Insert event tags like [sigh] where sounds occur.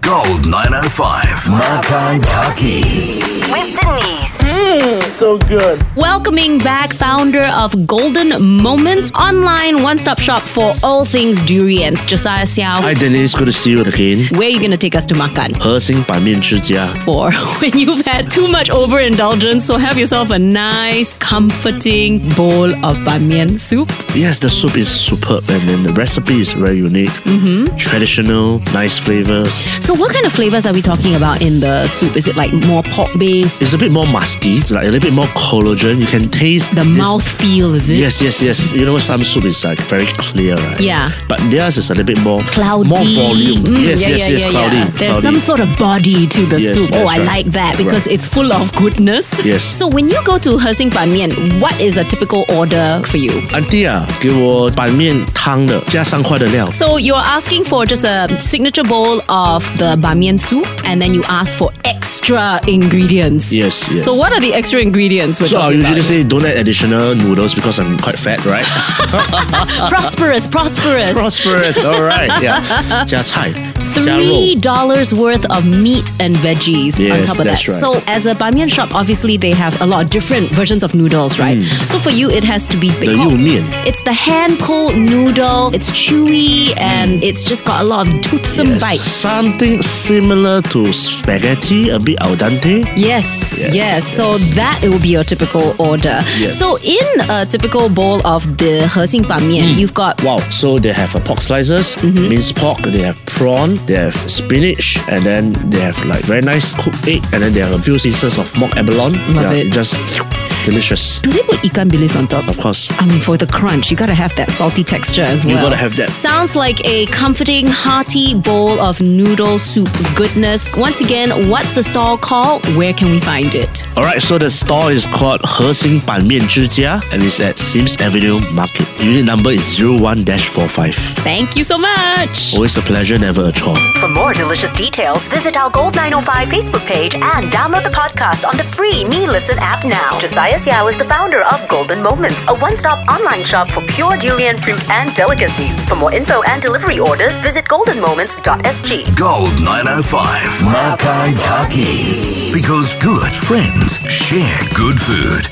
Gold 905. Makai Baki. With Denise. So good. Welcoming back founder of Golden Moments, online one stop shop for all things durians, Josiah Xiao. Hi Denise, good to see you again. where are you going to take us to Makan? 核心版面之家， For [laughs] when you've had too much overindulgence, so have yourself a nice, comforting bowl of bamian soup. yes, the soup is superb and then the recipe is very unique, mm-hmm. traditional, nice flavors. So, what kind of flavors are we talking about in the soup? Is it like more pork based? It's a bit more musky, it's like a little bit more collagen. You can taste The this- mouth feel, is it? Yes, yes, yes. You know, some soup is like very clear, right? Yeah. But theirs is a little bit more Cloudy. more volume. Mm, yes, yeah, yes, yeah, yes, yeah, yeah. cloudy. There's cloudy. some sort of body to the Yes, soup. Oh, that's I right. like that because Right. it's full of goodness. Yes. So when you go to Hesing Ban Mian, what is a typical order for you? 安迪啊，ah, 给我板面汤的，加上块的料。 So you're asking for just a signature bowl of the bamian soup, and then you ask for extra ingredients. Yes, yes. So what are the extra ingredients? We're So I talking usually about? say don't add additional noodles because I'm quite fat, right? [laughs] prosperous, prosperous. uh, prosperous. [laughs] All right, yeah. 加菜，加肉。 Three dollars worth of meat and veggies on Yes, top of that's that. right. So as a bamian shop, obviously they have a lot of different versions of noodles, right? Hmm. So for you, it has to be they The call- 幼面. It's the hand pulled noodle. It's chewy and it's just got a lot of toothsome Hmm. Yes. bite. Something similar to spaghetti, a bit al dente. Yes, yes, Yes, So yes. that it will be your typical order. Yes. So in a typical bowl of the Hesing Ban Mian, Hmm. you've got Wow, so they have uh, pork slices, Mm-hmm. minced pork, they have prawn, they have spinach, and then they have like very nice cooked egg, and then they have a few pieces of mock abalone. Love yeah, it. Just delicious. do they put ikan bilis on top? Of course, I mean, for the crunch, you gotta have that salty texture as well. you gotta have that. Sounds like a comforting, hearty bowl of noodle soup goodness. Once again, what's the stall called? Where can we find it? All right, so the store is called Hexing Ban Mian Jia, and it's at Sims Avenue Market. Unit number is 01-45. Thank you so much. Always a pleasure, never a chore. For more delicious details, visit our Gold 905 Facebook page and download the podcast on the free Me Listen app now. Josiah Yao is the founder of Golden Moments, a one stop online shop for pure durian fruit and delicacies. For more info and delivery orders, visit goldenmoments.sg. Gold 905. Makai Baki. Because good friends share good food.